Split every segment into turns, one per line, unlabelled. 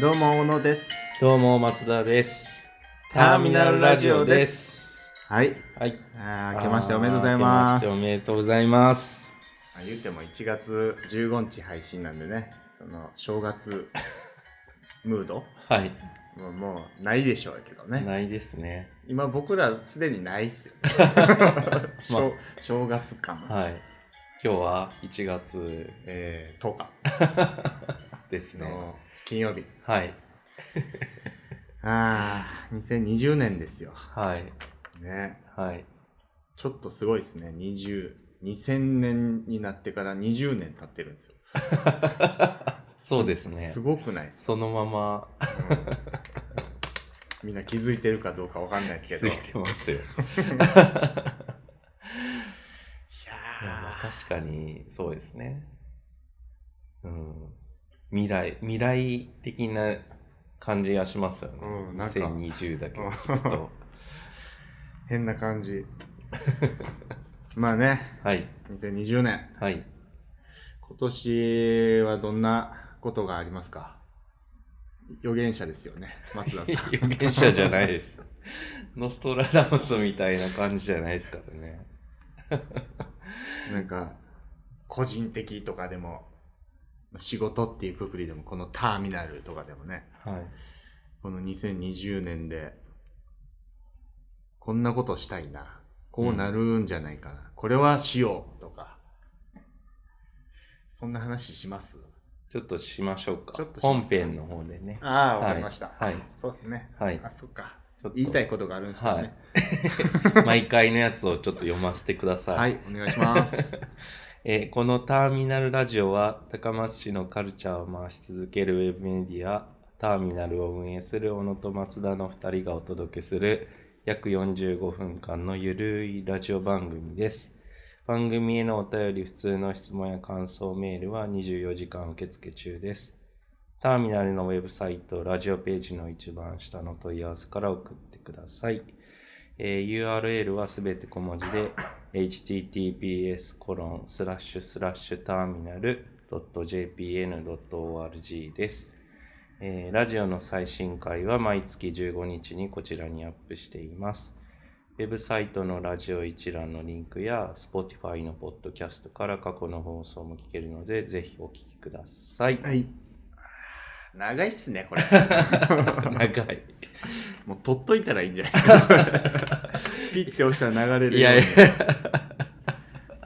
どうも、小野です。
どうも松田です。
ターミナルラジオです。はい。
はい。
あー明けましておめでとうございます。
あー明けましておめでとうございます。
あ言っても1月15日配信なんでね、その正月ムード
はい。
もうもうないでしょうけどね。
ないですね。
今僕らすでにないっ すよ、
ま
正正月感、
はい。今日は1月
えー、10日
ですね。
の金曜日。
はい。
ああ、2020年ですよ。
はい。
ね。
はい。
ちょっとすごいですね。20、2000年になってから20年経ってるんですよ。
そうですね
す。ごくないですか、
そのまま
うんみんな気づいてるかどうかわかんないです
気
けど。
づいてますよ。い
いやー
やまあ 確かにそうですね。うん。未来、未来的な感じがしますよね。
うんなんか
2020だけ聞く と。
変な感 じ。まあね、
はい。
2020年。
はい。
今年はどんなことがありますか予言者ですよね、松田さん。
予言者じゃないです。ノストラダムスみたいな感じじゃないですからね。
なんか、個人的とかでも、仕事っていうくくりでも、このターミナルとかでもね、
はい。
この2020年で、こんなことしたいな。こうなるんじゃないかな。これはしようとか。そんな話します
ちょっとしましょうか。
ちょっとしま
本
す
編の方でね。
ああ、
はい
わかりました。
はい
そうですね。
はい。
あ、そっか。
ちょっと
言いたいことがあるんですよね。
毎回のやつをちょっと読ませてください。
はい、お願いします。
えーこのターミナルラジオは高松市のカルチャーを回し続けるウェブメディアターミナルを運営する小野と松田の2人がお届けする約45分間のゆるいラジオ番組です番組へのお便り普通の質問や感想メールは24時間受付中ですターミナルのウェブサイトラジオページの一番下の問い合わせから送ってください、えー URL はすべて小文字で https コロンスラッシュスラッシュターミナル .jpn.org です、えーラジオの最新回は毎月15日にこちらにアップしています。ウェブサイトのラジオ一覧のリンクや Spotify のポッドキャストから過去の放送も聞けるので、ぜひお聞きください。
はい。長いっすね、これ。
長い。
もう取っといたらいいんじゃないです か。ピッて押したら流れる
い
よう
や
に
い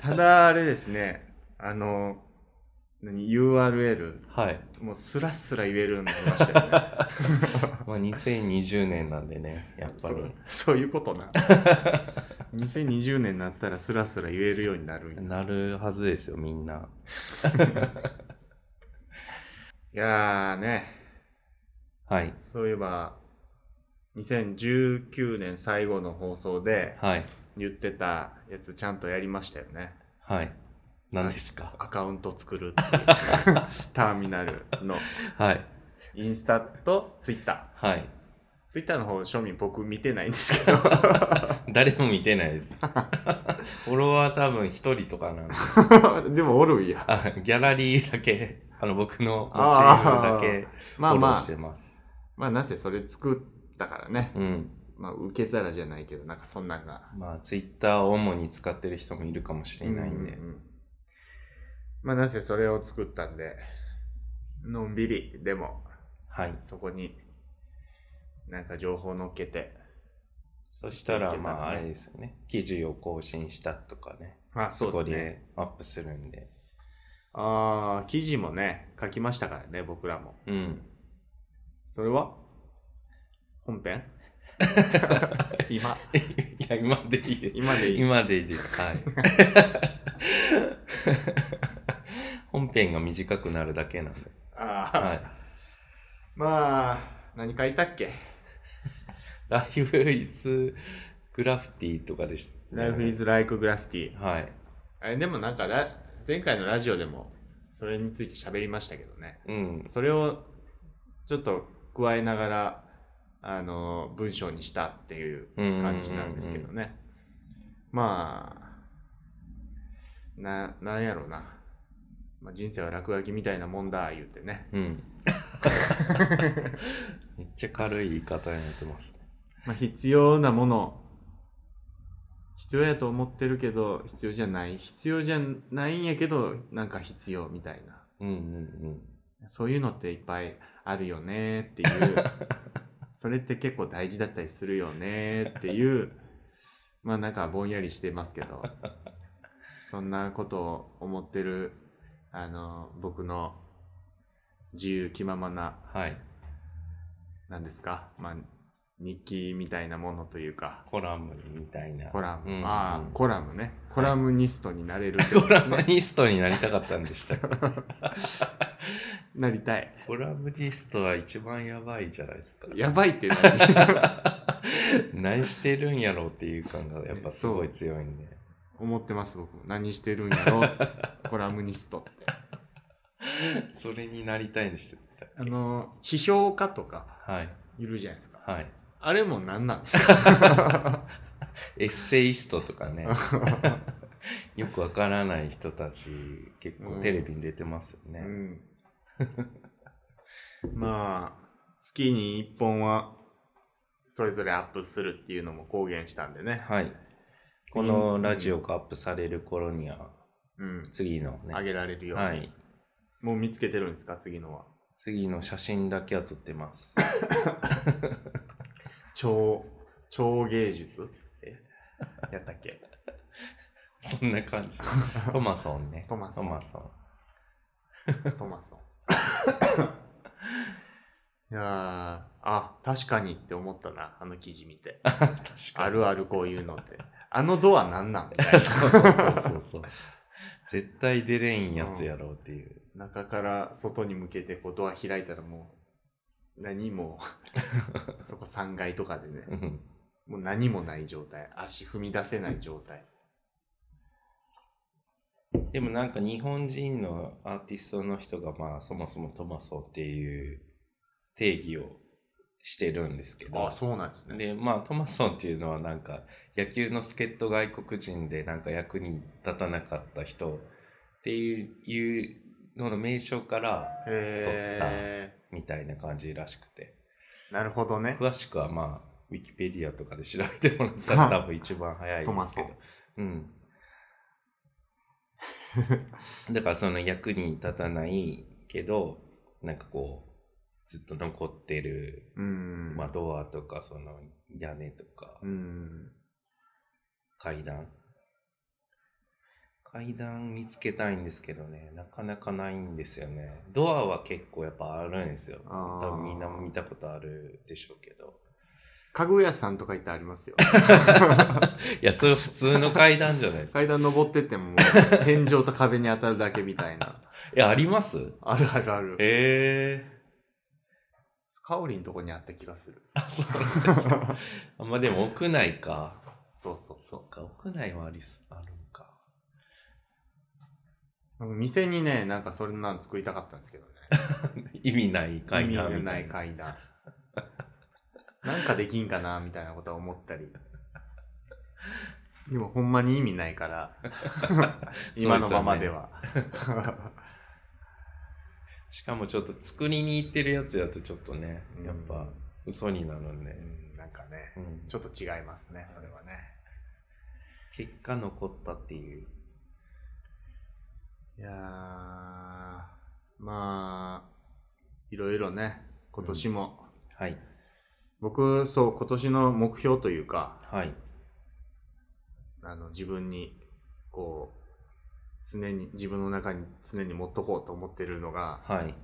ただ、あれですね、あの、何 URL、
や、はい。
もうスラスラ言えるようになりました よね。
まあ、2020年なんでね、やっぱ
そ
り。
うそういうこと な。2020年になったらスラスラ言えるようになるんやい
なるはずですよ、みんな。
やーね、
はい。
そういえば、2019年最後の放送で
はい。
言ってたやつちゃんとやりましたよね。
はい。何ですか
アカウント作るっていう ターミナルの
はい。
インスタとツイッター。
はい。
ツイッターの方、庶民僕見てないんですけど。
誰も見てない です。フォロワー多分一人とかなんで。
でもおるんや。
あ、ギャラリーだけ、あの、僕のチー
あー
ムだけフ
まあ
ォロー
ま
して
あ、
ます。
まあなぜそれ作ったからね。
うん。
まあ受け皿じゃないけど、なんかそんなんが。
まあ、ツイッターを主に使ってる人もいるかもしれないんで。
うううまあなぜそれを作ったんで、のんびり、でも、
はい。
そこに、なんか情報乗っけて。
そしたら、
見てた
ま
らね
あ、あれですよね。記事を更新したとかね。
まあそ
そう
で
こ
すね。
でアップするんで。
ああ、記事もね、書きましたからね、僕らも。
うん。
それは本 編今。
いや、今でいいです。
今でいい。
今でいいです。はい。 本編が短くなるだけなんで。
ああ、
はい。
まあ、何書いたっけ
ライフイズグラフィティとかでした、
?Life is like graffiti。
はい。
あれでもなんかラ、前回のラジオでもそれについて喋りましたけどね。
うん。
それをちょっと加えながら、あの、文章にしたっていう感じなんですけどね。まあ、な、なんやろうな。まあ、人生は落書きみたいなもんだ言ってね
うん。めっちゃ軽い言い方になってますね。
まあ、必要なもの必要やと思ってるけど必要じゃない必要じゃないんやけどなんか必要みたいな
うんうん
そういうのっていっぱいあるよねっていう それって結構大事だったりするよねっていうまあなんかぼんやりしてますけどそんなことを思ってるあの僕の自由気ままな
うん。はい。
なんですか、まあ、日記みたいなものというか
コラムみたいな。
コラム、
うん
あ
うん
あ、コラムね。コラムニストになれるってこと
コ
で
ラ
す
ム
ね。
ニストになりたかったんでしたっけ
なりたい。
コラムニストは一番やばいじゃないですか。
やばいって何
何してるんやろうっていう感がやっぱすごい強いんで。
思ってます、僕も。何してるんやろう、コラムニストって。
それになりたいんでしたっけ
あの、批評家とか
はい。
いるじゃないですか。
はい。
あれも何なんです か
エッセイストとか ね。よくわからない人たち結構テレビに出てますよ
う
ね。
ん。 まあ、月に1本は、それぞれアップするっていうのも公言したんでね。
はい。このラジオがアップされる頃には、
うん。
次のね、
あげられるように。
はい。
もう見つけてるんですか、次のは。
次の写真だけは撮って ます。
超超芸術えやったっけ
そんな感じ。トマソンね。
トマソン
トマソン。
トマ ソンいやーあ確かにって思ったなあの記事見て
確か
あるあるこういうのってあのドアなんなんみたい
に。 そうそうそうそう。絶対出れんやつやろうっていう。
な中から外に向けてこうドア開いたらもう何 もそこ3階とかでね
うん
もう何もない状態足踏み出せない状態
でもなんか日本人のアーティストの人がまあそもそもトマソンっていう定義をしてるんですけど。
そうなんです
でまあトマソンっていうのはなんか野球の助っ人外国人でなんか役に立たなかった人っていういうのの名称から
へ
みたいな感じらしくて
ーなるほどね
詳しくはまあウィキペディアとかで調べてもらったら多分一番早い
ト
で
マ
すけ
ソ
ど
ン、
うん、 だからその役に立たないけどなんかこうずっと残ってる、
うん
まあ、ドアとかその屋根とか
うん
階段階段見つけたいんですけどねなかなかないんですよねドアは結構やっぱあるんですよ
あー
多分みんなも見たことあるでしょうけど
家具屋さんとか行ってありますよ。
いやそれ普通の階段じゃないですか
階段登ってっても、天井と壁に当たるだけみたい な。
いやあります
あるあるある。
ええ
カオリんとこにあった気がする。
ー、あそうなんですかあまあでも屋内か
そうそう
そ
そう
か屋内はありすあるんか
う。店にね、なんかそれなん作りたかったんですけどね。
意味ない階段みた
意味のない階段。なんかできんかなみたいなことは思ったり。でもほんまに意味ない から、今のままでは。
しかもちょっと作りに行ってるやつやとちょっとね
うん
やっぱ嘘になるんで
う、んなんかね、
うん
ちょっと違いますね、それはね。
結果残ったっていう。
いやーまあいろいろね今年も、
はい。
僕そう今年の目標というか
はい。
あの自分にこう常に自分の中に常に持っとこうと思ってるのが
はい。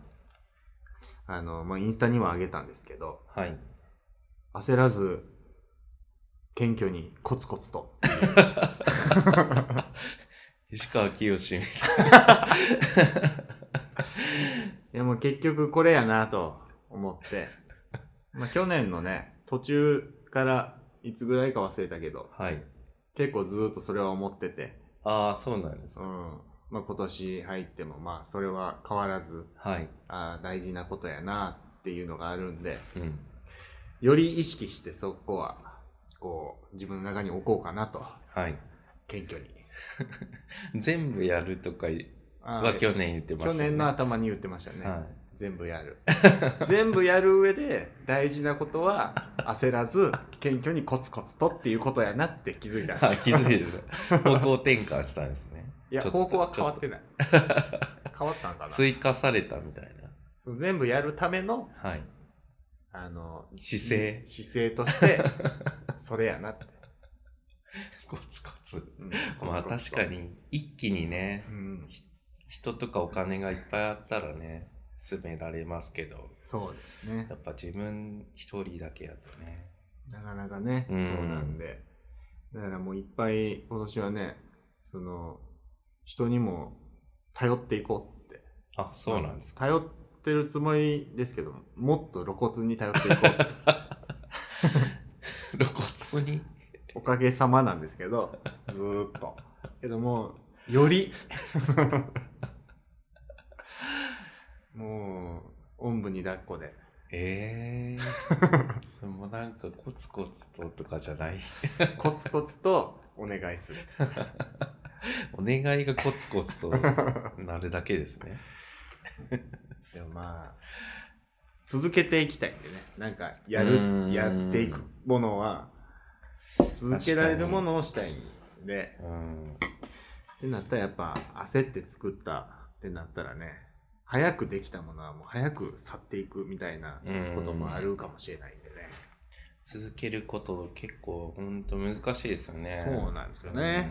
あの、まあ、インスタにも上げたんですけど
はい。
焦らず謙虚にコツコツと
石川清みたい
いやもう結局これやなと思って、まあ、去年のね途中からいつぐらいか忘れたけど
な。はい。
結構ずーっとそれは思ってて、
ああ、そうなんです
う
か。
んまあ、今年入ってもまあそれは変わらず
はい。
あー大事なことやなっていうのがあるんで
うん。
より意識してそこはこう自分の中に置こうかなと
はい。
謙虚に
全部やるとか
は
はい去年言ってました
去
ね。
年の頭に言ってましたね、
は
全部やる 全部やる上で大事なことは焦らず謙虚にコツコツとっていうことやなって気 づい
い。
たん
あ
です
気
よ
づいてた。方向転換したんですね。
いや
ちょっと
方向は変わって ない変わったんかな
追加されたみたい
その全部やるための
な。はい。
あの
姿 勢
姿勢としてそれやなって、
コツコツ。
うん
ま
コ
あ
ツ
確
コツと
かに、一気にね
う、ん、
人とかお金がいっぱいあったらね、進められますけど、
そうですね
やっぱ自分一人だけやとね。
なかなかね、
うん
そうなんで。だからもういっぱい今年はね、その、人にも頼っていこうって。
あ、そうなんですか。
頼ってるつもりですけど、もっと露骨に頼っていこうって。
露骨 に。
おかげさまなんですけど、ずーっと。けどもう、よ り、もう、おんぶに抱っこで。
ええ それもなんかコツコツととかじゃない。
コツコツとお願いする。
お願いがコツコツとなるだけですね。
でもまあ、続けていきたいんでね。なんか、やる
う、ん
やっていくものは、続けられるものをしたいんで、
うん。
ってなったらやっぱ、焦って作ったってなったらね、早くできたものはもう早く去っていくみたいな
うん
こともあるかもしれないんでね。
続けること結構ほんと難しいですよね。
そうなんですよね。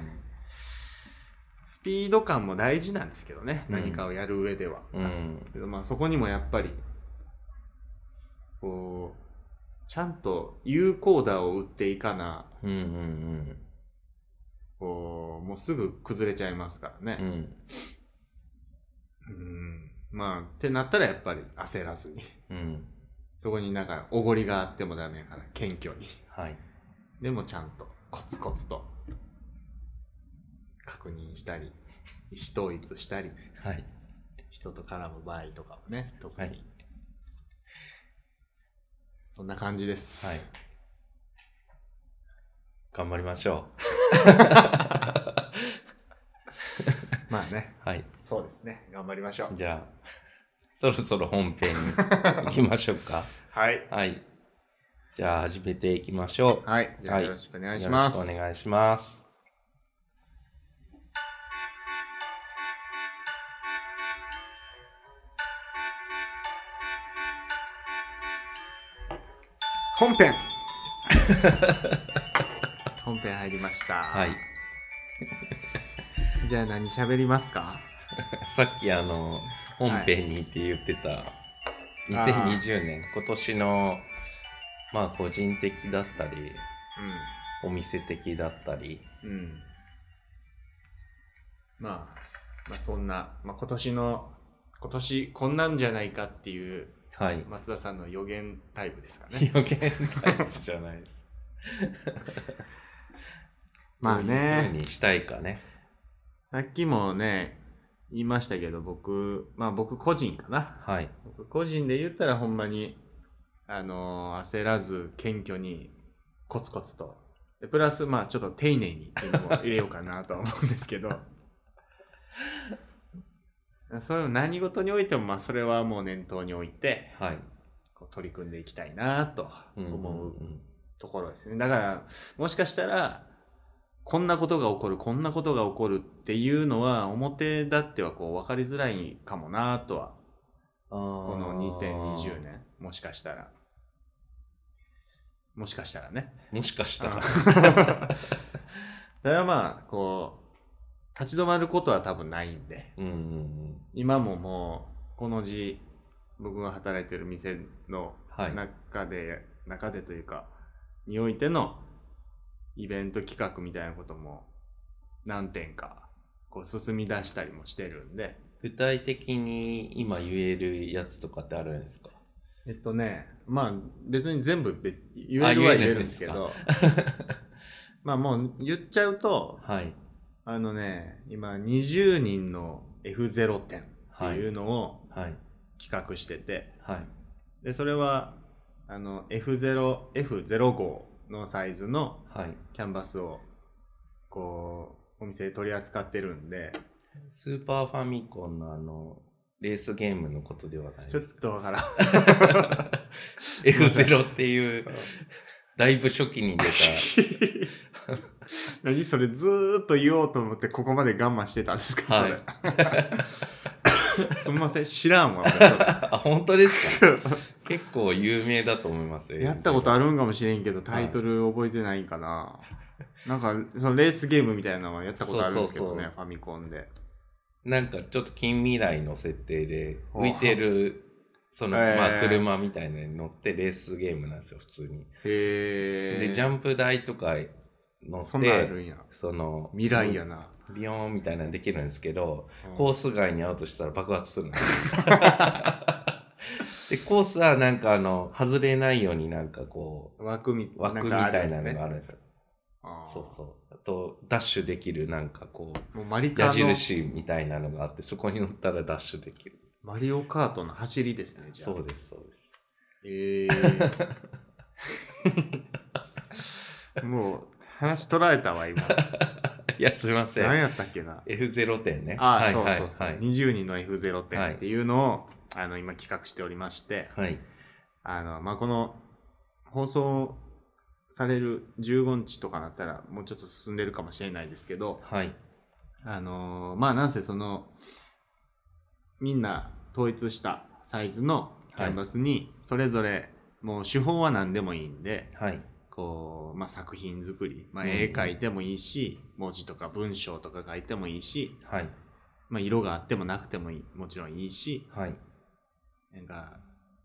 スピード感も大事なんですけどね、
うん
何かをやる上では。
うん。うん。
けどまあそこにもやっぱりこうちゃんと有効打を打っていかな
うんうん
こうもうすぐ崩れちゃいますから
う
ね、
ん。うん。
うん、まあってなったらやっぱり焦らずに
うん。
そこになんかおごりがあってもダメやから謙虚に
はい。
でもちゃんとコツコツと確認したり意思統一したり
はい。
人と絡む場合とかもね特に、
はい
そんな感じです
はい。頑張りましょ
まあね
う。はい。
そうですね。頑張りましょう。
じゃあ、そろそろ本編に行きましょうか。
はい。
はい。じゃあ始めていきましょう。
はい。じゃあ
はい
よろしくお願いします。
よろしくお願いします。
本 編本編入りました。
はい。
じゃあ何喋りますか
さっきあの、本編にって言ってた、2020年、今年の、まあ個人的だったり、お店的だったり、
うん。うん。まあ、まあそんな、まあ今年の、今年こんなんじゃないかっていう
はい。
松田さんの予言タイプですかね。
予言タイプじゃないです。
まあ
どういう
ね、
風にしたいかね。
さっきもね、言いましたけど僕、まあ僕個人かな。
はい。
僕個人で言ったらほんまに、あのー焦らず謙虚にコツコツとでプラスまあちょっと丁寧にっていうのを入れようかなとは思うんですけど それを何事においてもまあそれはもう念頭に置いて
はい。
こう取り組んでいきたいなと思う
うんうん
ところですね、だからもしかしたらこんなことが起こるこんなことが起こるっていうのは表立ってはこう分かりづらいかもなとはこ
こ
の2020。年もしかしたらもしかしたらね
もしかしたら。
それはまあこう立ち止まることは多分ないんで
うんうんうん。
今ももうこの字僕が働いてる店の
はい。
中で、中でというかにおいてのイベント企画みたいなことも何点かこう進み出したりもしてるんで
具体的に今言えるやつとかってあるんですか
えっとね、まあ別に全部べ言えるは
あ言えるん
言えるんですけど、 まあもう言っちゃうと、
はい。
あのね、今20人の F0 点っていうのを
はい。
企画してて、
はい。
で、それはあの F0、F05 のサイズの
はい。
キャンバスをこう、お店で取り扱ってるんで、
スーパーファミコンのあの、レースゲームのことではないで
ちょっ
すか。
とわからん。
F0 っていう、だいぶ初期に出た。
何それずーっと言おうと思ってここまで我慢してたんですか、
はい
それ。 すみません、知らんわ。俺
あ、本当ですか
それ
結構有名だと思います よ。
やったことあ
る
るんかもしれんけど、タイトル覚えてないんかな。なんか、そのレースゲームみたいなのはやったことあるんですけどね、
そうそうそう
ファミコンで。
なんかちょっと近未来の設定で、浮いてる、その、
へー
まあ、車みたいなのに乗ってレースゲームなんですよ、普通に。
へー。
で、ジャンプ台とか乗
そ
っ
んなんあ
て、
るんや。
その、
未来やな。
ビヨーンみたいなのできるんですけど、コース外にアウトしたら爆 発するんですよで、コースはなんかあの、外れないようになんかこ
うん枠み
う、枠み
んかある
た
んで
い
す
なのがあ
ね。
るんですよ。
あー
そうそう。あと、ダッシュできるなんかこう、
もうマリカ
矢
の
印みたいなのがあって、そこに乗ったらダッシュできる。
マリオカートの走りですね、じゃあ。
そうです、そうです。
え ーもう話取られたわ今
いや、すいませ
何
ん。
やったっけな
F0 点ね。
ああ、
はい
そう
はい
そうそう、
はい
20人の F0 点っていうのを、あの今企画しておりまして
はい。
あの、まあ、この放送される15日とかなったらもうちょっと進んでるかもしれないですけど
はい。
あのーまあなんせそのみんな統一したサイズのキャンバスにそれぞれもう手法は何でもいいんで、
はい。
こう、まあ、作品作り、まあ、
うんうん
絵描いてもいいし、文字とか文章とか書いてもいいし、
はい。
まあ、色があってもなくてもいいもちろんいいし
はい。
なんか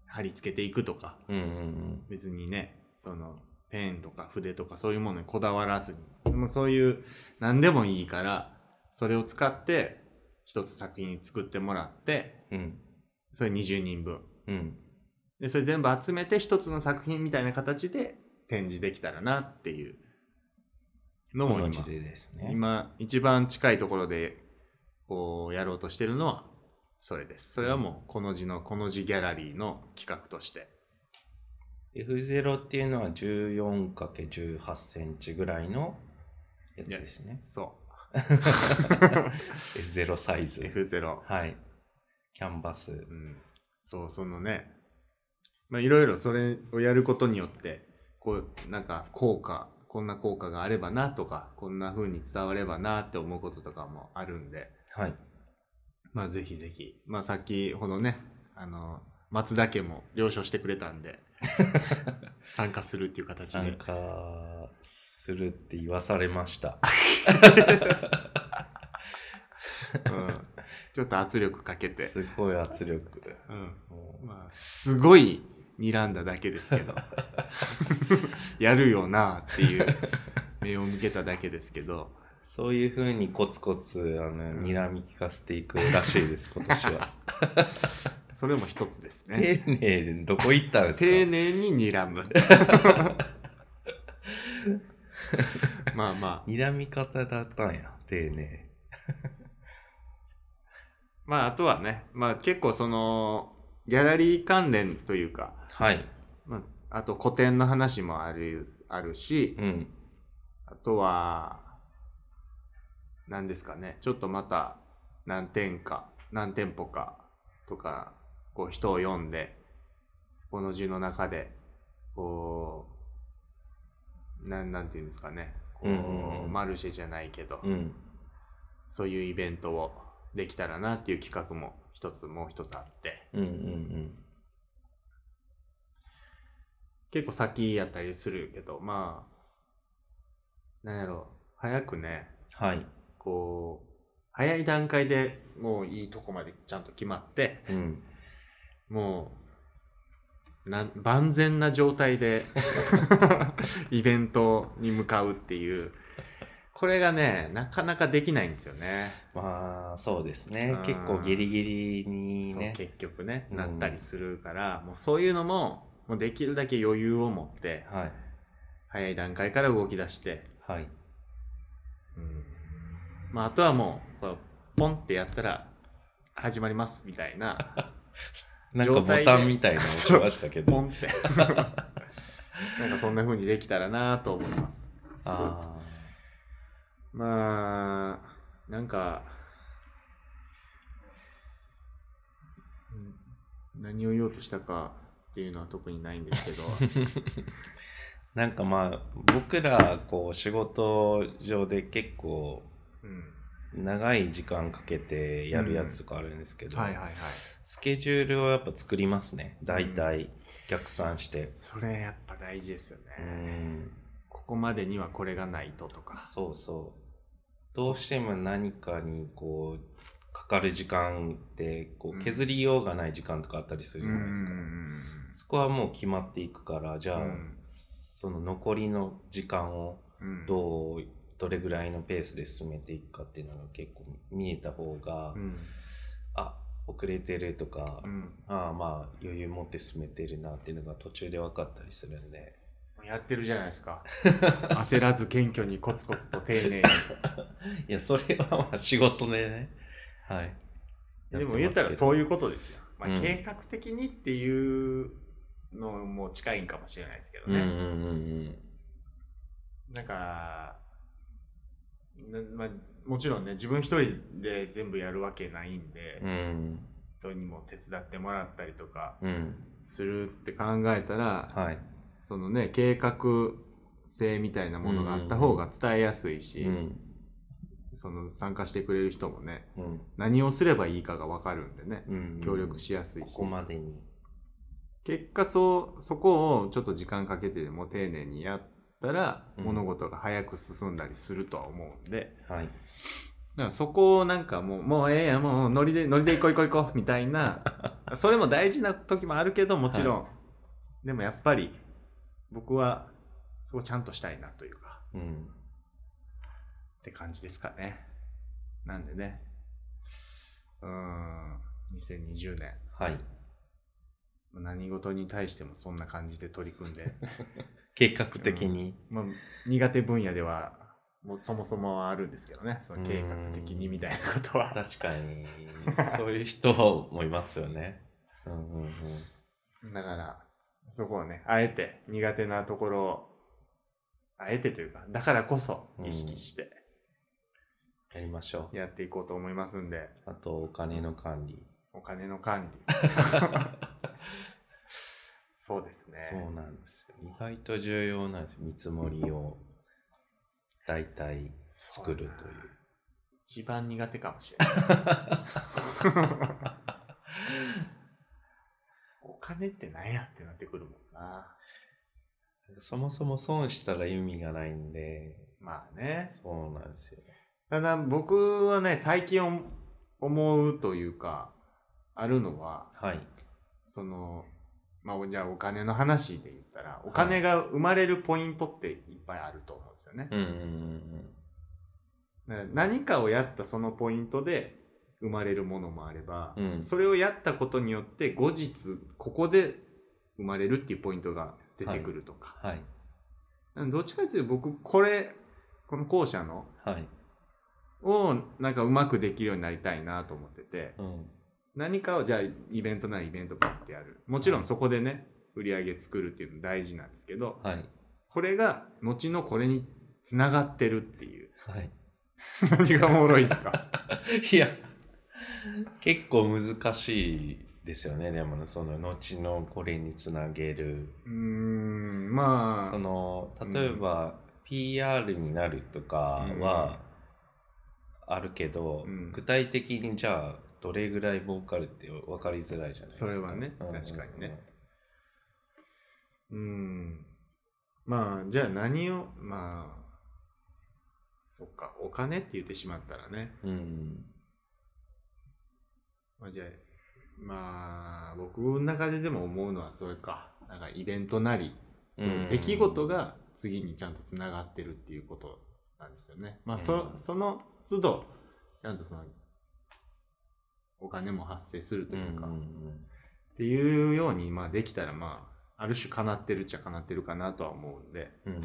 貼り付けていくとか
うんうん
別にねそのペンとか筆とかそういうものにこだわらずにもうそういう何でもいいからそれを使って一つ作品作ってもらって
うん。うん。
それ20人分
うん。
でそれ全部集めて一つの作品みたいな形で展示できたらなっていうのも
この
今
事例ですね。
今一番近いところでこうやろうとしてるのはそれですそれはもうこの字のこの字ギャラリーの企画として
F0 っていうのは 14×18 センチぐらいのやつですね。
そ
F0 サイズ
う。F0、
はい。キャンバス。
うん、そうそのねまあいろいろそれをやることによってこうなんか効果こんな効果があればなとかこんな風に伝わればなって思うこととかもあるんで
はい。
まあぜひぜひまあ先ほどねあの松田家も了承してくれた んで参加するっていう形
参
で
加するって言わされました。
うんちょっと圧力かけて、
すごい圧力。
うん
もう
まあ、すごい睨んだだけですけど やるよなっていう目を向けただけですけど
そういうふうにコツコツ、あの、
ん
にらみ聞かせていくらし いです、今年は。
それも一つですね
丁寧でどこ行ったんですか
丁寧に睨むまあまあ
にらみ方だったんや、丁寧。
まああとはね、まあ、結構そのギャラリー関連というか、
はい。
まあ、あと古典の話もあるあるし、
うん。
あとは、何ですかね、ちょっとまた何点か、何店舗かとか、こう人を読んで、この字の中で、こう、なん、なんていうんですかね、こう、
うんうんうん
マルシェじゃないけど、
うん。
そういうイベントをできたらなっていう企画も一つ、もう一つあって、
うんうんうん。
結構先やったりするけど、まあ、なんやろう、早くね、
はい。
こう、早い段階でもういいとこまでちゃんと決まって、
うん。
もう、なん万全な状態で イベントに向かうっていう、これがね、なかなかできないんですよね。
まあ、そうですね
うん。
結構ギリギリに
そう
ね。
結局ね、
うん
なったりするから、もうそういうのも、もうできるだけ余裕を持って、
はい。
早い段階から動き出して、
はい。
うんまあ、あとはもう、こうポンってやったら、始まりますみたいな。
なんかボタンみたいなの押しましたけ
ポ
ど。
ンって。なんかそんな風にできたらなと思います。
あ
まあ、なんか、何を言おうとしたかっていうのは特にないんですけ ど
なんかまあ僕らこう仕事上で結構
うん
長い時間かけてやるやつとかあるんですけど、
はいはいはい
スケジュールをやっぱ作りますね大体逆算して
それやっぱ大事ですよ
う
ね、
ん
ここまでにはこれがないととか
そうそうどうしても何かにこうかかる時間ってこ
う
うん削りようがない時間とかあったりするじゃないですか、そこはもう決まっていくからじゃあ、
うん
その残りの時間を
うん
どうどれぐらいのペースで進めていくかっていうのが結構見えた方が、
うん
あ遅れてるとか、
うん
ああまあ余裕持って進めてるなっていうのが途中で分かったりするんで
やってるじゃないです か焦らず謙虚にコツコツと丁寧に
いやそれはまあ仕事でねはい
でも言ったらそういううことですよ、まあ
うん
計画的にっていうのも近いんかもしれないですけど
うんう
ね、
んうん
なんか、なまあ、もちろんね、自分一人で全部やるわけないんで、
うんうん
人にも手伝ってもらったりとか
うん
するって考えたら、
はい
そのね、計画性みたいなものがあった方が伝えやすいし、
うん
その参加してくれる人もね、
うん
何をすればいいかがわかるんでね、
うん
協力しやすい
こ
し、
こまでに
結果そう、そこをちょっと時間かけてでも丁寧にやったら、
うん
物事が早く進んだりするとは思うんで、
はい
だからそこをなんかもう、もうええやん、もうノリで、ノリで行こう行こう行こう、みたいな、それも大事な時もあるけど、もちろん、でもやっぱり、僕は、そこちゃんとしたいなというか、
うん
って感じですかね。なんでね、うーん、2020年、
はい
何事に対してもそんな感じで取り組んで、
計画的に、
まあ、苦手分野では、もうそもそもはあるんですけどね、その計画的にみたいなことは。
確 かにそういう人もいますよねうんうんうん
だから、そこをね、あえて苦手なところを、あえてというか、だからこそ意識して
やりましょう
やっていこうと思いますんで、
あとお金の管理、
お金の管 理。そうですね。
そうなんですよ意外と重要なんです見積もりを大体作るという
そうだな一番苦手かもしれ ない。お金ってなんやってなってくるもんな。
そもそも損したら意味がないんで
まあね。
そうなんですよ
ただ僕はね、最近思思うというか、あるのは、
はい
その、まあ、おじゃあお金の話で言ったら、お金が生まれるポイントっていっぱいあると思うんですよね。
うんうんうん
だから何かをやったそのポイントで生まれるものもあれば、
うん
それをやったことによって後日ここで生まれるっていうポイントが出てくるとか。
はい
なんでどっちかというと僕、これ、この後者の
はい
をなんかうまくできるようになりたいなと思ってて、
うん
何かをじゃあイベントならイベントバッてやる。もちろんそこでね、売り上げ作るっていうの大事なんですけど、
はい
これが後のこれにつながってるって いう
はい
何がおもろいです か
いや結構難しいですよねでもねその後のこれにつなげる
うーんまあ
その例えば PR になるとかはあるけど、
うん
具体的にじゃあどれぐらい儲かるって分かりづらいじゃないです
そ
か
れはね
うんうんうん
確かにねうーんまあじゃあ何をまあそっかお金って言ってしまったらね、
うん
まあ、じゃあまあ僕の中ででも思うのはそれかなんかイベントなりその出来事が次にちゃんとつながってるっていうことなんですよね。まあ、そ
うん
その都度ちゃんとそのお金も発生すると
うん
いうか、
うんう
っ
ん
ていうように、まあ、できたら、まあ、ある種叶ってるっちゃ叶ってるかなとは思うんで
うん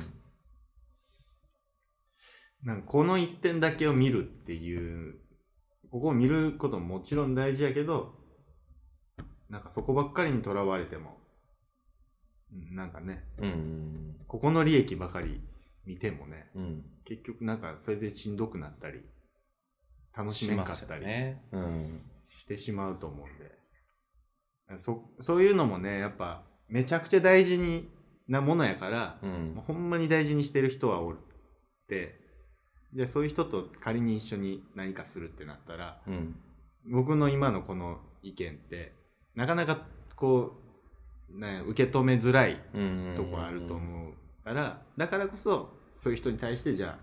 なんかこの一点だけを見るっていうここを見ることももちろん大事やけどなんかそこばっかりにとらわれてもうんなんかね
うんうん
ここの利益ばかり見てもね
うんうん
結局なんかそれでしんどくなったり楽し
し
めん
ま
か
す
っ
よ
たり
ねうん
してしまうと思うんでそそういうのもねやっぱめちゃくちゃ大事になものやから、
うん。
ほんまに大事にしてる人はおるってじゃあそういう人と仮に一緒に何かするってなったら
うん。
僕の今のこの意見ってなかなかこうなんや受け止めづらい
うん。
とこあると思うからだからこそそういう人に対してじゃ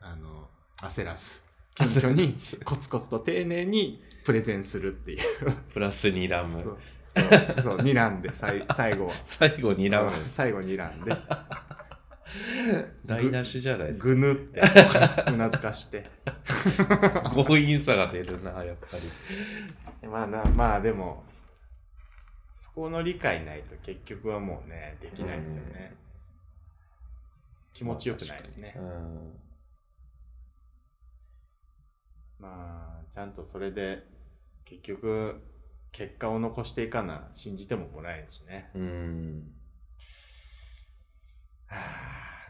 ああの焦らず謙虚 にコツコツと丁寧にプレゼンするっていう
プラスにラ
そ
ム
う。そうそう睨んでさい最後は
最後にラム。
最後に睨んで
台無しじゃないですか。
ぐぬってうなずかして
強引さが出るな、やっぱり。
まあなまあでもそこの理解ないと結局はもうねできないですよね気持ちよくないですね
うん。
まあちゃんとそれで結局結果を残していかな信じてももらえんしね
うん。
は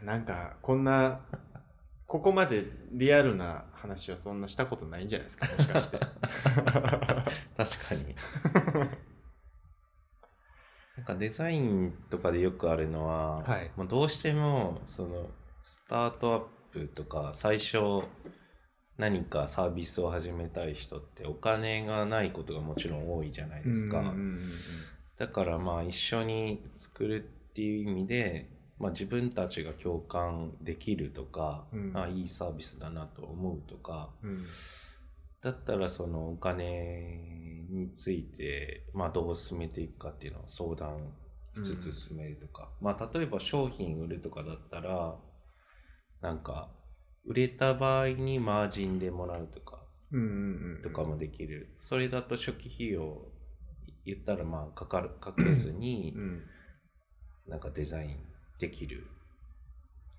あなんかこんなここまでリアルな話はそんなしたことないんじゃないですかもしかして
確か に。なんかデザインとかでよくあるのは、
はい
もうどうしてもそのスタートアップとか最初何かサービスを始めたい人ってお金がないことがもちろん多いじゃないですか。
うんうんうん
だからまあ一緒に作るっていう意味で、まあ、自分たちが共感できるとか、
うん
あいいサービスだなと思うとか
うんうん
だったらそのお金について、まあ、どう進めていくかっていうのを相談しつつ進めるとか、まあ、例えば商品売るとかだったらなんか売れた場合にマージンでもらうとか
うんうんうん
とかもできる、それだと初期費用言ったらまあかかるかけずに、
うん
なんかデザインできる。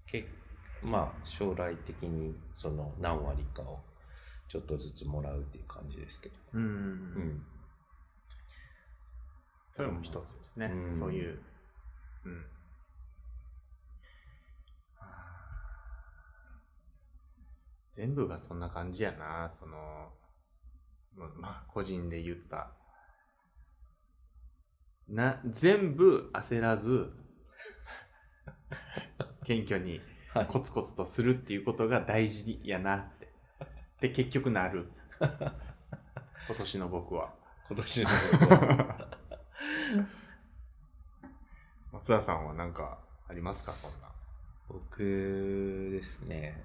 けまあ、将来的にその何割かをちょっとずつもらうっていう感じですけど。
うんうん
う
うん
ん。
それも一つですね、
うん
そういう、うん、全部がそんな感じやなそのままあ個人で言ったな全部焦ら ず謙虚に
はい。
コツコツとするっていうことが大事やなってで結局な る今年の僕は
今年のことは
松田さんは何かありますかそんな
僕ですね。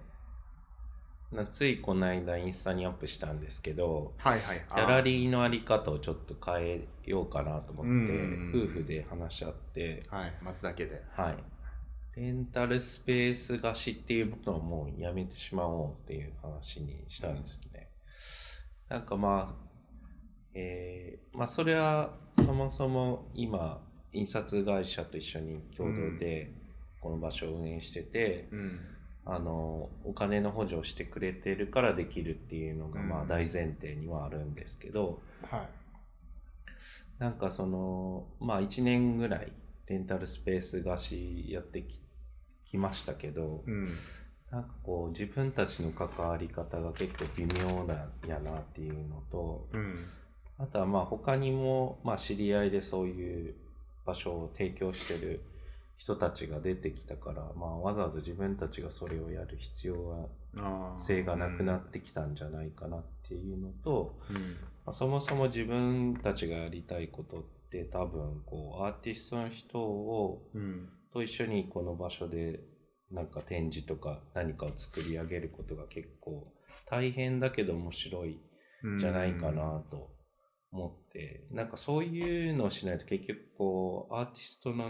なついこの間インスタにアップしたんですけど、
はいはい
ギャラリーのあり方をちょっと変えようかなと思って
うん、
夫婦で話し合って、
はい松だけで
はい。レンタルスペース貸しっていうことはもうやめてしまおうっていう話にしたんですね。なんかまあ、えーまあそれはそもそも今、印刷会社と一緒に共同でこの場所を運営してて、
うん
あの、お金の補助をしてくれてるからできるっていうのがまあ
うん
大前提にはあるんですけど、
はい
なんかそのまあ1年ぐらいレンタルスペース貸しやってききましたけど、
うん
なんかこう自分たちの関わり方が結構微妙なんやなっていうのと
うん
あとはまあ他にも、まあ、知り合いでそういう場所を提供してる人たちが出てきたから、まあ、わざわざ自分たちがそれをやる必要
あ
は
ー
性がなくなってきたんじゃないかなっていうのと、
うん
まあそもそも自分たちがやりたいことって多分こうアーティストの人を
うん
と一緒にこの場所でなんか展示とか何かを作り上げることが結構大変だけど面白い
うん
んじゃないかなと思って、なんかそういうのをしないと結局こうアーティストの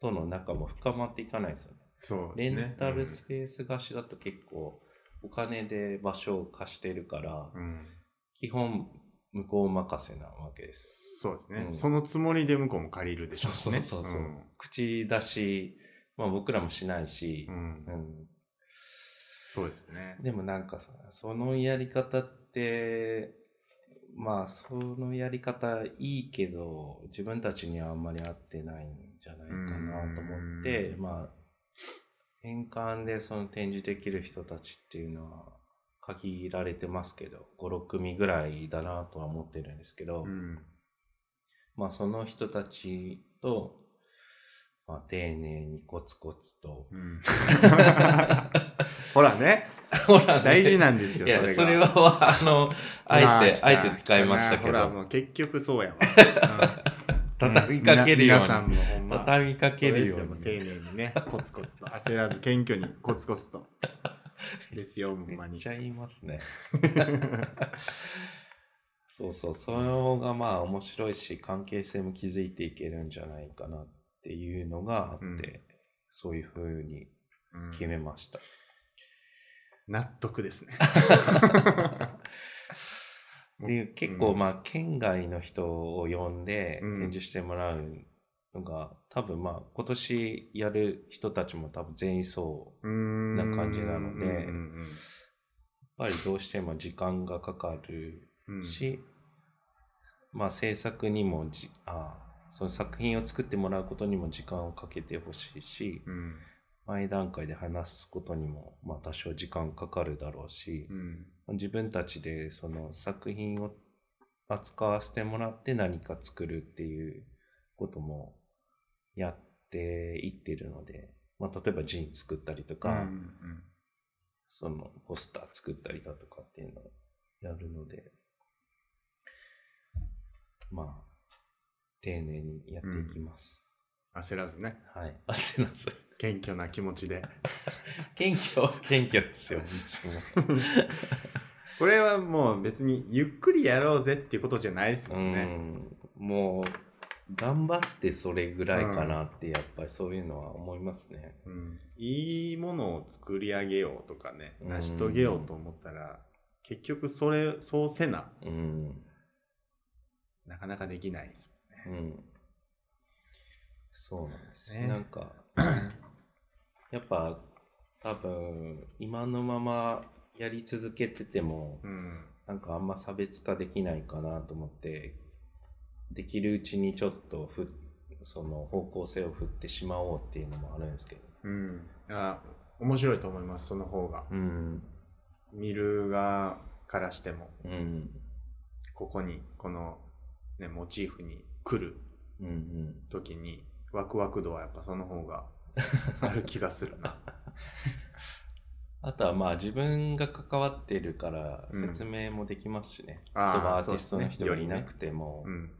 との仲も深まっていかないですよね。
そう
レ
ですね
ンタルスペース貸しだと結構お金で場所を貸してるから、
うんうん
基本向こう任せなわけですよ
そうですね、
うん
そのつもりで向こうも借りるでしょしね
そうそうそうそう口出し、まあ、僕らもしないし
う、んう
うんん
そうですね
でもなんかさそのやり方ってまあそのやり方いいけど自分たちにはあんまり合ってないんじゃないかなと思って
うん
まあ年間でその展示できる人たちっていうのは限られてますけど56組ぐらいだなとは思ってるんですけど、
うん
まあその人たちと、まあ丁寧にコツコ ツと。
うん、ほらね、
ほらね
大事なんですよ、
いや
それが。
それは、あの、あえて、
ほ
あ
ら
えて使いましたけ
ほら、
ど、
もう結局そう やわ。うん
畳みかけるよう
みな皆さ
に、
んもほんま。
畳みかけるよう
そうです
に。
よもう丁寧にね、コツコツと。焦らず、謙虚に、コツコツ と。ですよ、ほんま
めっ
に
ち。ゃ言いますね。 そうそう、それがまあ面白いし、関係性も築いていけるんじゃないかなっていうのがあって、
うん
そういうふうに
うん
決めました。
納得です ね。うん
で結構
うん
まあ県外の人を呼んで
うん
展示してもらうのが、多分まあ今年やる人たちも多分全員そう
ーん
な感じなので
うん
やっぱりどうしても時間がかかる
うんうん
し、まあ制作にもじあその作品を作ってもらうことにも時間をかけてほしいし
うん
前段階で話すことにもまあ多少時間かかるだろうし
う、ん
自分たちでその作品を扱わせてもらって何か作るっていうこともやっていってるので、まあ、例えばジン作ったりとか、
うん
そのポスター作ったりだとかっていうのをやるので、まあ、丁寧にやっていきます。
焦らずね、
はい。 焦らず。
謙虚な気持ちで。
謙虚は謙虚ですよ、いつも。
これはもう別にゆっくりやろうぜっていうことじゃないですもんね。
うん、もう、頑張ってそれぐらいかなって、やっぱりそういうのは思いますね。
うんいいものを作り上げようとかね、
うん
成し遂げようと思ったら、結局それ、そうせな、
うん。
なかなかできないです
うん。そうなんですね。
ね
なんか、やっぱ、多分、今のままやり続けてても、
もんね。
なんかあんま差別化できないかなと思って、できるうちにちょっとふ、その方向性を振ってしまおうっていうのもあるんですけど。
うん。うん。あ、面白いと思います、その方が。
うん。
見る側からしても、
うん。
ここに、この、ね、モチーフに来る
うんうん。
時に、ワクワク度はやっぱその方 がある気がするな。
あとはまあ自分が関わってるから
うん
説明もできますしね。
あー
例えばアーティストの人
そう
が
です
い
ね
なくても。
うん。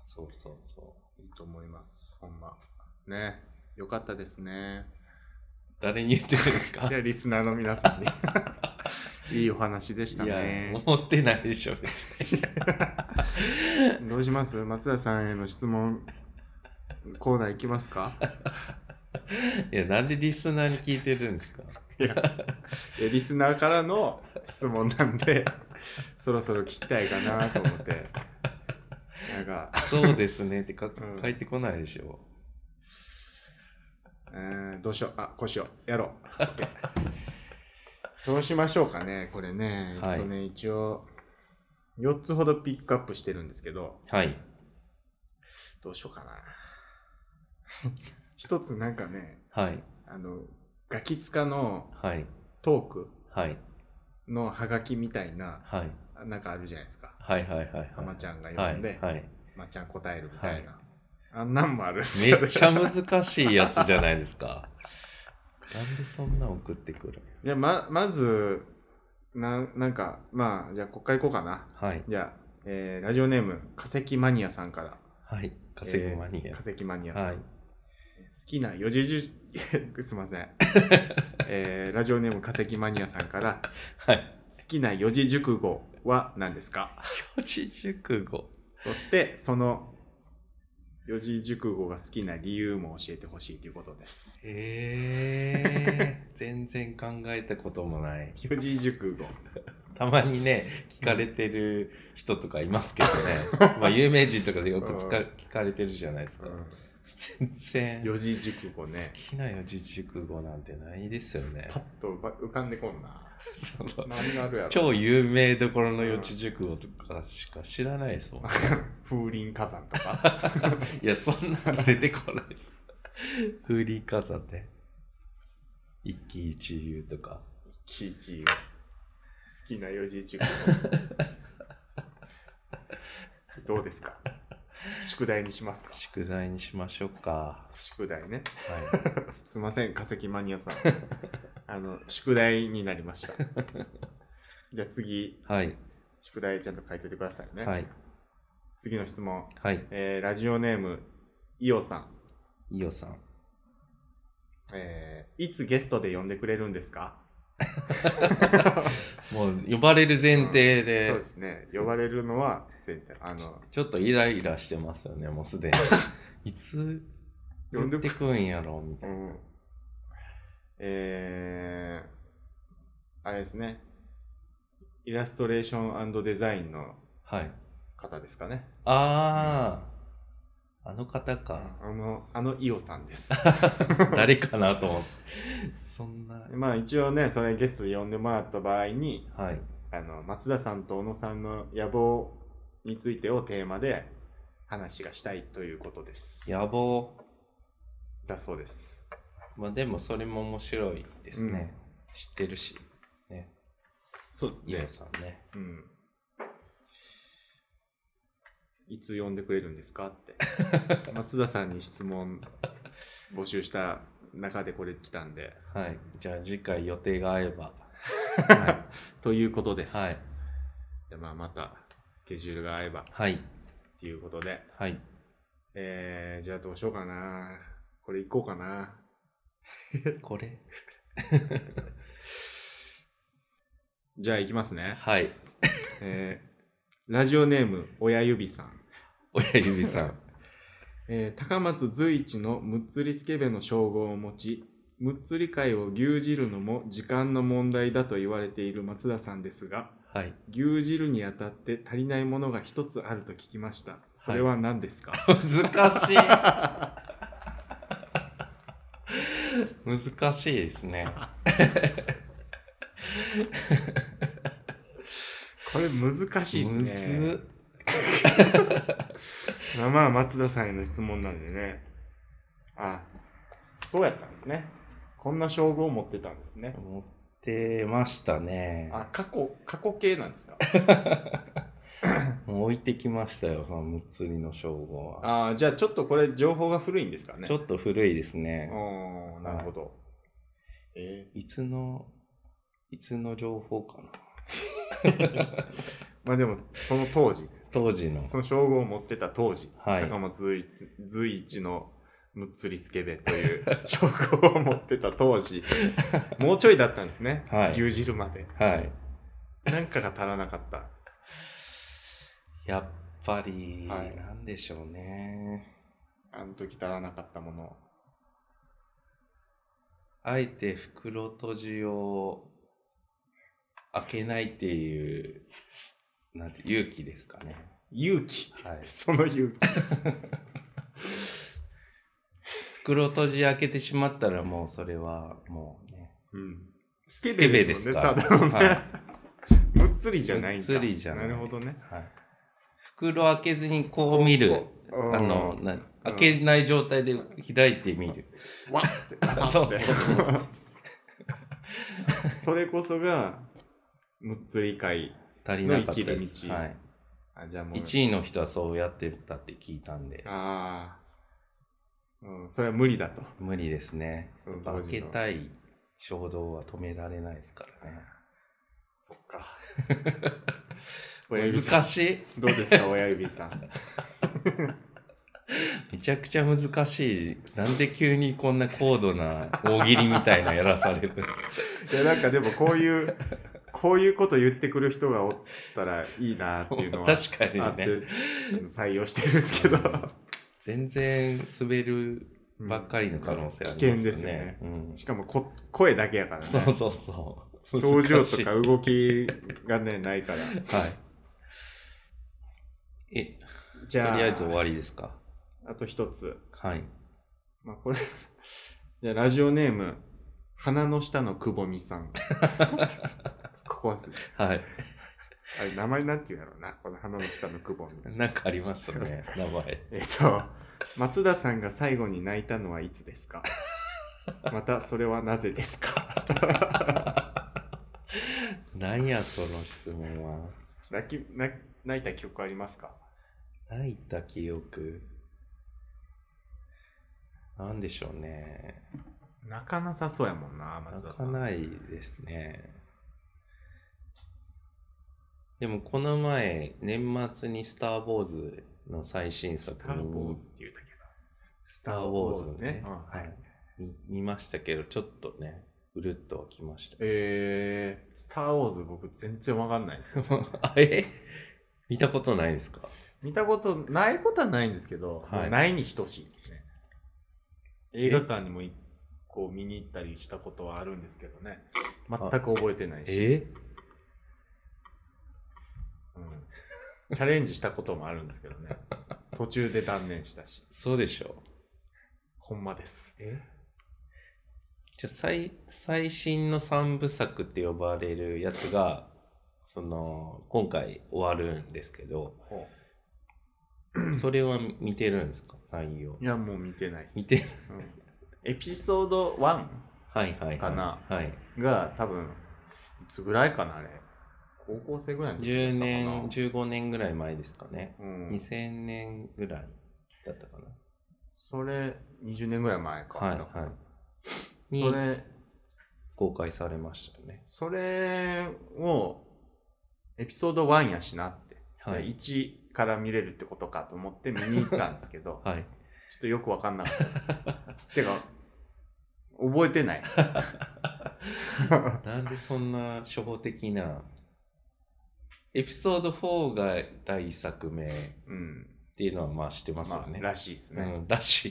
そうそうそう。
いいと思います。ほんま。ね。よかったですね。
誰に言ってるんで すか
いや、リスナーの皆さん に。いいお話でした
いや
ね。
思ってないでしょ、別に。
どうします松田さんへの質問、コーナー行きますか
いや、なんでリスナーに聞いてるんで すか
いやいや、リスナーからの質問なん で、そろそろ聞きたいかなと思って。なんか、
そうですねって書く
うん
書いてこないでしょ。
えーどうしよう。あ、こうしよう。やろう。OK どうしましょうかね、これね。
はい
えっとね、一応、4つほどピックアップしてるんですけど、
はい。
どうしようかな。 一つなんかね、
はい。
あの、ガキツカの
はい。
トーク
はい。
のハガキみたいな、
はい。
なんかあるじゃないですか。
はいはいはいはい。
あまちゃんが
は
読ん
い。
で、
はい。
まっちゃん答えるみたいな。あんなんもあるっす
め
よ
っ
ね。
ちゃ難しいやつじゃないですか。なんでそんな送ってくる
いや、ま、まず、な、なんか、まあ、じゃあ、こっから行こうかな。
はい。
じゃあ、えーラジオネーム、化石マニアさんから。
はい。稼ぐマニ
えー
ア。
化石マニアさん。
はい
好。きな四字熟 すいません。えーラジオネーム、化石マニアさんから、
はい。
好きな四字熟語は何ですか
四字熟語。
そしてその四字熟語が好きな理由も教えてほしいということです。
えー、全然考えたこともない。
四字熟語。
たまにね、聞かれてる人とかいますけどね。まあ、有名人とかでよくつか
うん
聞かれてるじゃないですか。全然、
四字熟語
好
ね。
きな四字熟語なんてないですよね。
パッと浮かんでこんな。
その
何があるやろ。
超有名どころの四字熟語とかしか知らないです もん。
風林火山と か。
いや、そんなの出てこないです。風林火山って。一喜一憂とか。
キーチー が好きな四字熟語。どうですか宿題にしますか
宿題にしましょうか。
宿題ね。
は
すいません、化石マニ アさん。あの、宿題になりました。じゃあ次、
い。はい。
宿題ちゃんと書いといてくださいね。
はい。
次の質問、
はい。
えーラジオネーム、いおさん。
いよさん。
えーいつゲストで呼んでくれるんですか
もう呼ばれる前提で、
そうですね。呼ばれるのは前提。あの、
ちょっとイライラしてますよね、もうすで に。いつ
呼
呼
ん
ん
で
でくんやろみた
う
いな。
ん。えー、あれですね。イラストレーションデザインの
はい。
方ですかね。
ああ、あの方か。
あの、あのイオさん です。
誰かなと思って。そんな。
まあ一応ね、それゲストで呼んでもらった場合に、
はい。
あの、松田さんと小野さんの野望についてをテーマで話がしたいということです。
野望。
だそうです。
まあでもそれも面白いですね。知ってるし。ね。
そうです
イオさんね。
うん。いつ呼んでくれるんですかって。 松田さんに質問募集した中でこれ来たんで。
はい。じゃあ次回予定が合えば。
ということです。
はい。
でまあ、また、スケジュールが合えば
はい。
っていうことで。
はい。
えー、じゃあどうしようかな。これいこうかな。
これ
じゃあ行きますね。
はい。
えー、ラジオネーム、親指さん。
親 指さん。
えー高松随一のむっつりスケベの称号を持ちむっつり会を牛耳るのも時間の問題だと言われている松田さんですが
はい。
牛耳るにあたって足りないものが一つあると聞きましたそれは何ですか、
難しい。難しいですね。
これ難しいです
む
ね
ず
まあまあ松田さんへの質問なんでねあそうやったんですねこんな称号を持ってたんですね
っ持ってましたね。
あ過去過去形なんですか
もう置いてきましたよ、そのむつりの称号は。
あじゃあちょっとこれ情報が古いんですかね
ちょっと古いですね。
おーなるほど。え
いつの、いつの情報かな。
ーまあでも、その当時、
当時の
そ。の称号を持ってた当時、
はい
高。松随一随一のむっつりスケベという 称号を持ってた当 時、もうちょいだったんですね、
はい
牛汁まで。
はい。
なんかが足らなかった。
やっぱり、
はい
なんでしょうね。
あの時足らなかったもの。
あえて袋閉じを開けないっていう、なんて勇気ですかね。
勇気。
はい。
その勇気。
袋閉じ開けてしまったらもうそれはもうね。
うん、ス
ケベです
ケ
か
ベですもんねただの
は
ね。 むっつりじゃないんだ。
むっつりじゃない
るほどね。
はい。袋開けずにこう見る。
こう。
あの、
うん
な開けない状態で開いてみる。
わっってあさ
そう
って
そう
それこそがむっつり会
足りなかったで
の生き
す。
る道
はい。
あじゃあもう
1位の人はそうやってたって聞いたんで、
ああ、うん、それは無理だと
無理ですね。
その当
開
時
け
の
たい衝動は止められないですからね。
そっ か親指さ
難
ん
しい。
どうですか親指さん
めちゃくちゃ難しい。なんで急にこんな高度な大喜利みたいなやらされるんですか
いやなんかでもこういうこういうこと言ってくる人がおったらいいなっていうのは
確かに
あって
ね。
採用してるんですけど、
全然滑るばっかりの可能性ありますね。
危険ですよね
うん
しかもこ声だけやからね
そうそうそう。
表情
難し
と
い
か動きがねないから
はい。え、
じ
と
ゃあ
りあえず終わりですか。
あと一つ
はい。
まあこれ じゃあラジオネーム鼻の下のくぼみ さんここはす
はい。
あれ名前なんていうんやろうなこの鼻の下のくぼみ
なんかありましたね、名前。
えっと松田さんが最後に泣いたのはいつですかまたそれはなぜですか
なんや、その質問は。
泣き泣泣いた記憶ありますか
抱いた記憶なんでしょうね
泣かなさそうやもんな、松田
泣
さ
か
ん。
ないですねでもこの前年末に「スター・ウォーズ」の最新
ス
作
ター・
見
ウォ
に
ーズって言うたけど。
スター・ウォーズ
ス
ね。
ターウォーズねうん
はい見見ましたけど、ちょっとね、うるっとはきま した。
えー、スター・ウォーズ僕全然わかんない ですよ。
あえ見たことないですか
見たことないことはないんですけど、
はい
ないに等しいですね。映画館にも一個見に行ったりしたことはあるんですけどね。全く覚えてないし、
え
うんチャレンジしたこともあるんですけどね。途中で断念したし、
そうでしょ
ほんまです。
えじゃあ最、最新の三部作って呼ばれるやつが、その、今回終わるんですけど、
ほ
それは見てるんですか内容
う。いや、もう見てないです。
見て、
うんエピソード1。
はいはい、はい。
かな
はい。
が多分いつぐらいかなあれ高校生ぐらいの時だった
10
かな
年、15年ぐらい前ですかね。
うん、
2000年ぐらいだったかな。
それ20年ぐらい前か、
はい
だから
はい。に
それ
公開されましたよね。
それをエピソード1やしなって、
はい。
1から見れるってことかと思って見に行ったんですけ ど
はい。
ちょっとよく分かんなかったですてか覚えてないです
なんでそんな初歩的な。エピソード4が第1作目っ
うん
ていうのはまあ知ってますよ
まあ
ね。
らしいですね、
うん、らし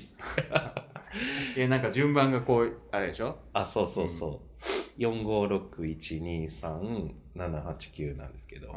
い。
でなんか順番がこうあれでしょ
あ、そうそうそう。456123789なんですけ
う。
ど
ん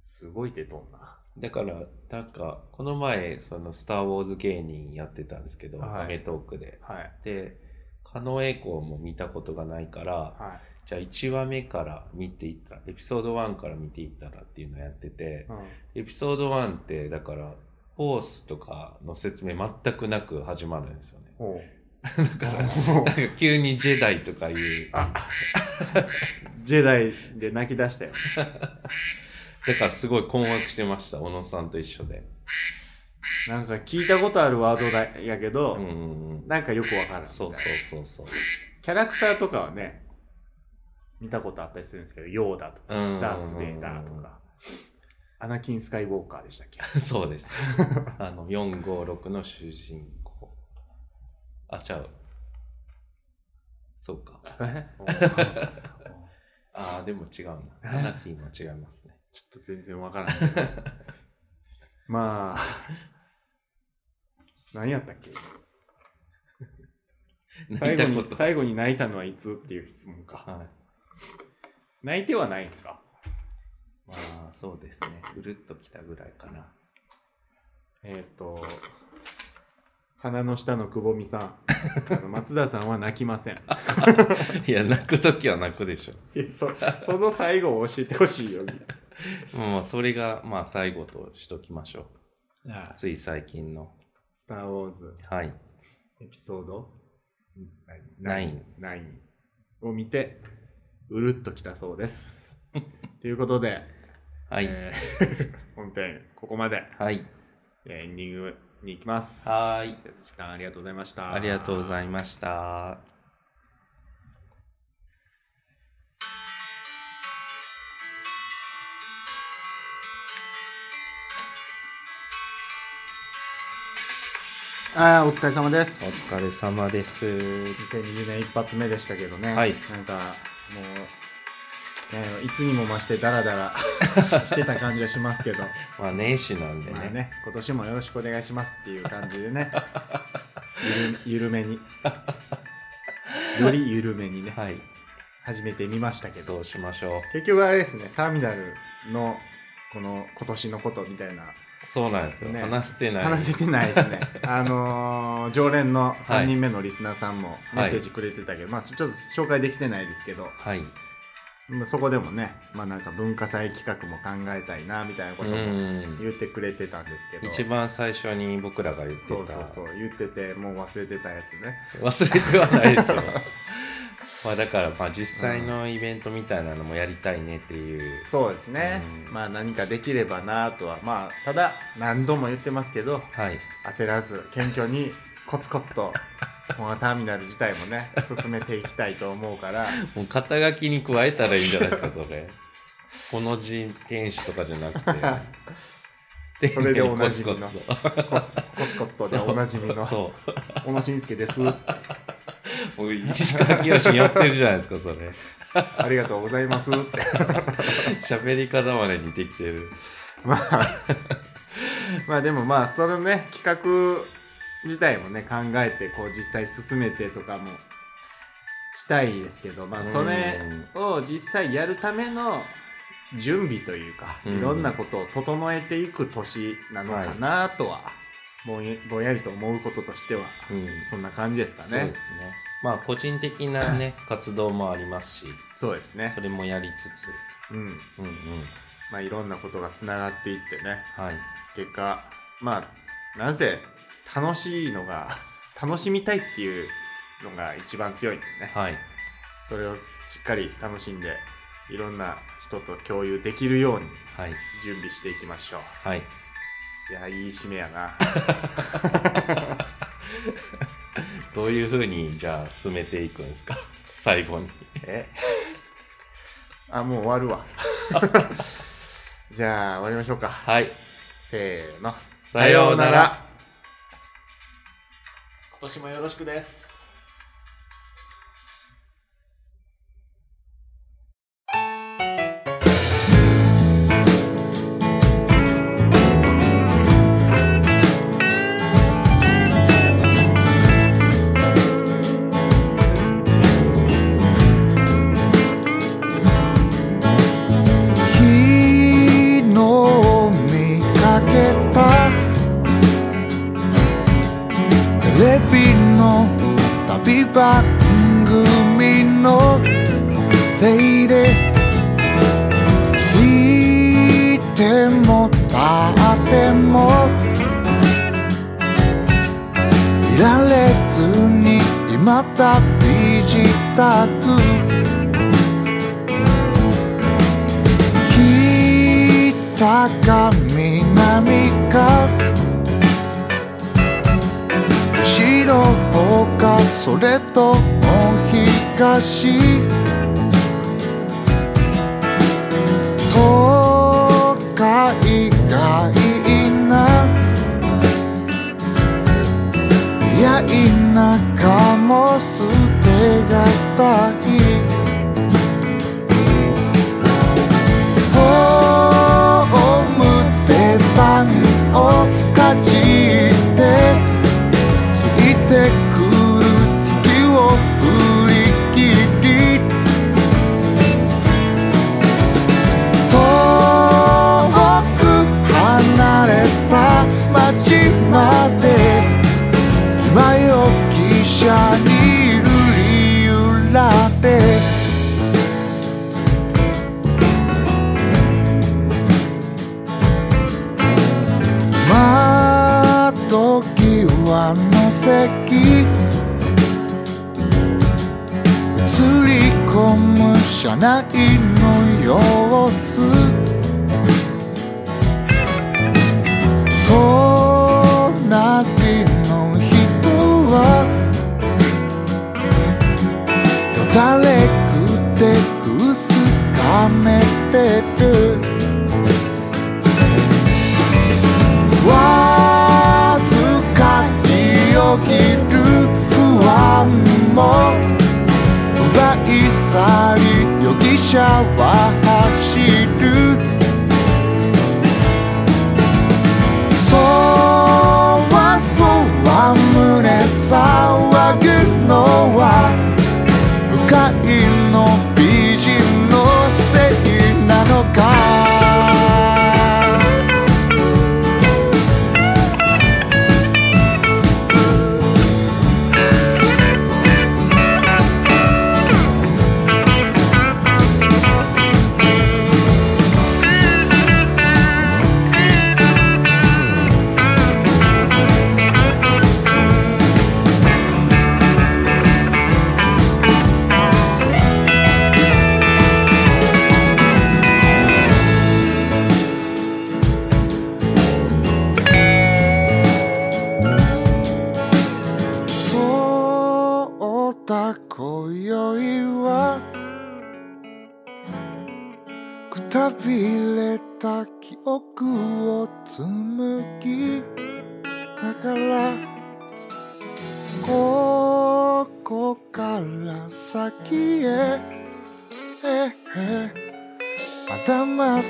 すごい出とんな
だから、なんか、この前、その、スター・ウォーズ芸人やってたんですけど、
はい
アメトークで。
はい
で、狩野英孝も見たことがないから、
は
じゃあ1話目から見ていったら、エピソード1から見ていったらっていうのをやってて
い、、
エピソード1って、だから、フォースとかの説明全くなく始まるんですよね。
ほう
だから、なんか急にジェダイと かいう、だ
あ ジェダイで泣き出したよ。
からすごい困惑してました、小野さんと一緒で。
なんか聞いたことあるワードだやけど、
うんうんうん。
なんかよくわからんみたいな
そうそうそうそう。
キャラクターとかはね、見たことあったりするんですけど、ヨーダとか、
う ん
ダース・ベイダーとか、アナキン・スカイ・ウォーカーでしたっけ
そ うです。あの、456の主人公。あ、ちゃう。 そうか。
え
ああ、でも違うな。
え
アナキンは違いますね。
ちょっと全然わからんけ ど。まあ、何やったっ け
泣
最
い
後
たこ
に
と。
最後に泣いたのはいつっていう質問か。
はい。
泣いてはないんですか
まあ、そうですね。うるっときたぐらいか な。
えっ、と、鼻の下のくぼみさん、あの松田さんは泣きません。い
いや、泣くときは泣くでしょ。
やそ その最後を教えてほしいよ。
まあ、それが、まあ、最後としときましょう。つい最近の。
スター・ウォーズ
はい。
エピソード
ナイ
9
ン
を見て、うるっときたそうです。 ということで、
はい。
えー 本編、ここまで、
はい。
えーエンディングに行きます。
はーい。
一旦ありがとうございました。
ありがとうござ
い
いました。
ます。ああ、お疲れ様で
お
す。
疲れ様です。
2020年一発目でしたけどね、
はい
なんかもう、ね、いつにも増してダラダラ してた感じがしますけど、
まあ、年始なんで
まあ
ね。
ね、今年もよろしくお願いしますっていう感じで ねゆる緩めにより緩めにね、
はい。
始めてみましたけ
そ
ど
うしましょう。
結局あれですねターミナルのこの今年のことみたいな
そうなんですよ。
ね
話してない。
話せてないです ねあのー常連の3人目のリスナーさんもメッセージくれてたけど、まあちょっと紹介できてないですけど
はい。
まあそこでもね、まあなんか文化祭企画も考えたいなみたいなこと
う
も
ん
言ってくれてたんですけど、
一番最初に僕らが言ってた。
そうそうそう、言ってて、もう忘れてたやつね。
忘れてはないですよ。まあだからまあ実際のイベントみたいなのもやりたいねっていう。
そうですね、
うん
まあ何かできればなとはまあただ何度も言ってますけど
はい。
焦らず謙虚にコツコツとこのターミナル自体も ね進めていきたいと思うから
もう肩書きに加えたらいいんじゃないですか、それ。この人、天使とかじゃなくて。
それでおなじみの
コツコツ
コ
と
ツコツコツとでおなじみの
そう。
小野伸介です
そうもう石川清にやってるじゃないですか、それ。
ありがとうございますって
喋り方まで似てきてる。
まあまあでもまあそのね企画自体もね考えてこう実際進めてとかもしたいですけどまあそれ
うん
を実際やるための準備というか、
うん
いろんなことを整えていく年なのかなとは、ぼんやぼんやりと思うこととしては、
うん
そんな感じですか
そうです
ね
ね。まあ、個人的な ね、活動もありますし、
そうですね
それもやりつ
うん
つ、うんうん。
まあ、いろんなことがつながっていってね
はい。
結果まあなぜ楽しいのが 楽しみたいっていうのが一番強いんでね
はい。
それをしっかり楽しんでいろんな人と共有できるように
はい。
準備していきましょう
はい。
いやいい締めやな
どういうふうに、じゃあ、進めていくんですか、 最後に。
え あもう終わるわ じゃあ終わりましょうか
はい。
せーの
さようなら
今年もよろしくです
昨日見かけたテレビの旅番組のせいでいてもたってもいられずに今旅自宅北か南か後ろかそれとも東都会がいいないや田舎も捨てがたいホームでパンをかじってついてくる月を振り切り遠く離れた街まで今よ汽車にいる理由らって窓際の席映り込む車内の様子隣の人はよだれくてくすかめてるわずかに起きる不安も奪い去り容疑者は走るそわそわ胸騒ぐのは向かいの美人のせいなのかた今宵はくたびれた記憶を紡ぎながらここから先へええまだまだ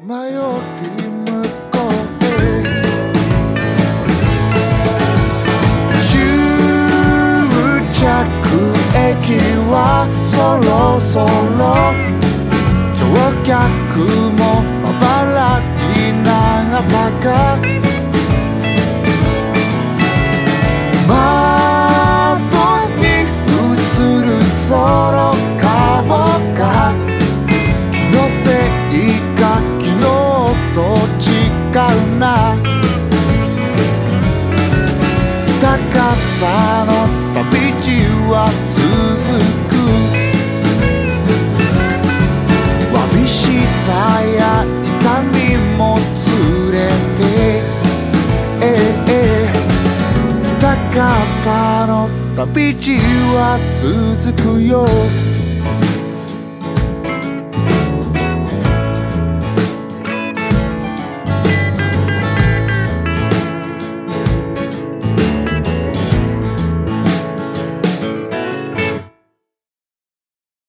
今より向こうへ終着駅はそろそろ乗客もまばらになったが窓に映るその顔が気のせいか昨日と違うな高かったの旅路は続くわびしさや痛みも連れて、ええ、高かったの旅路は続くよ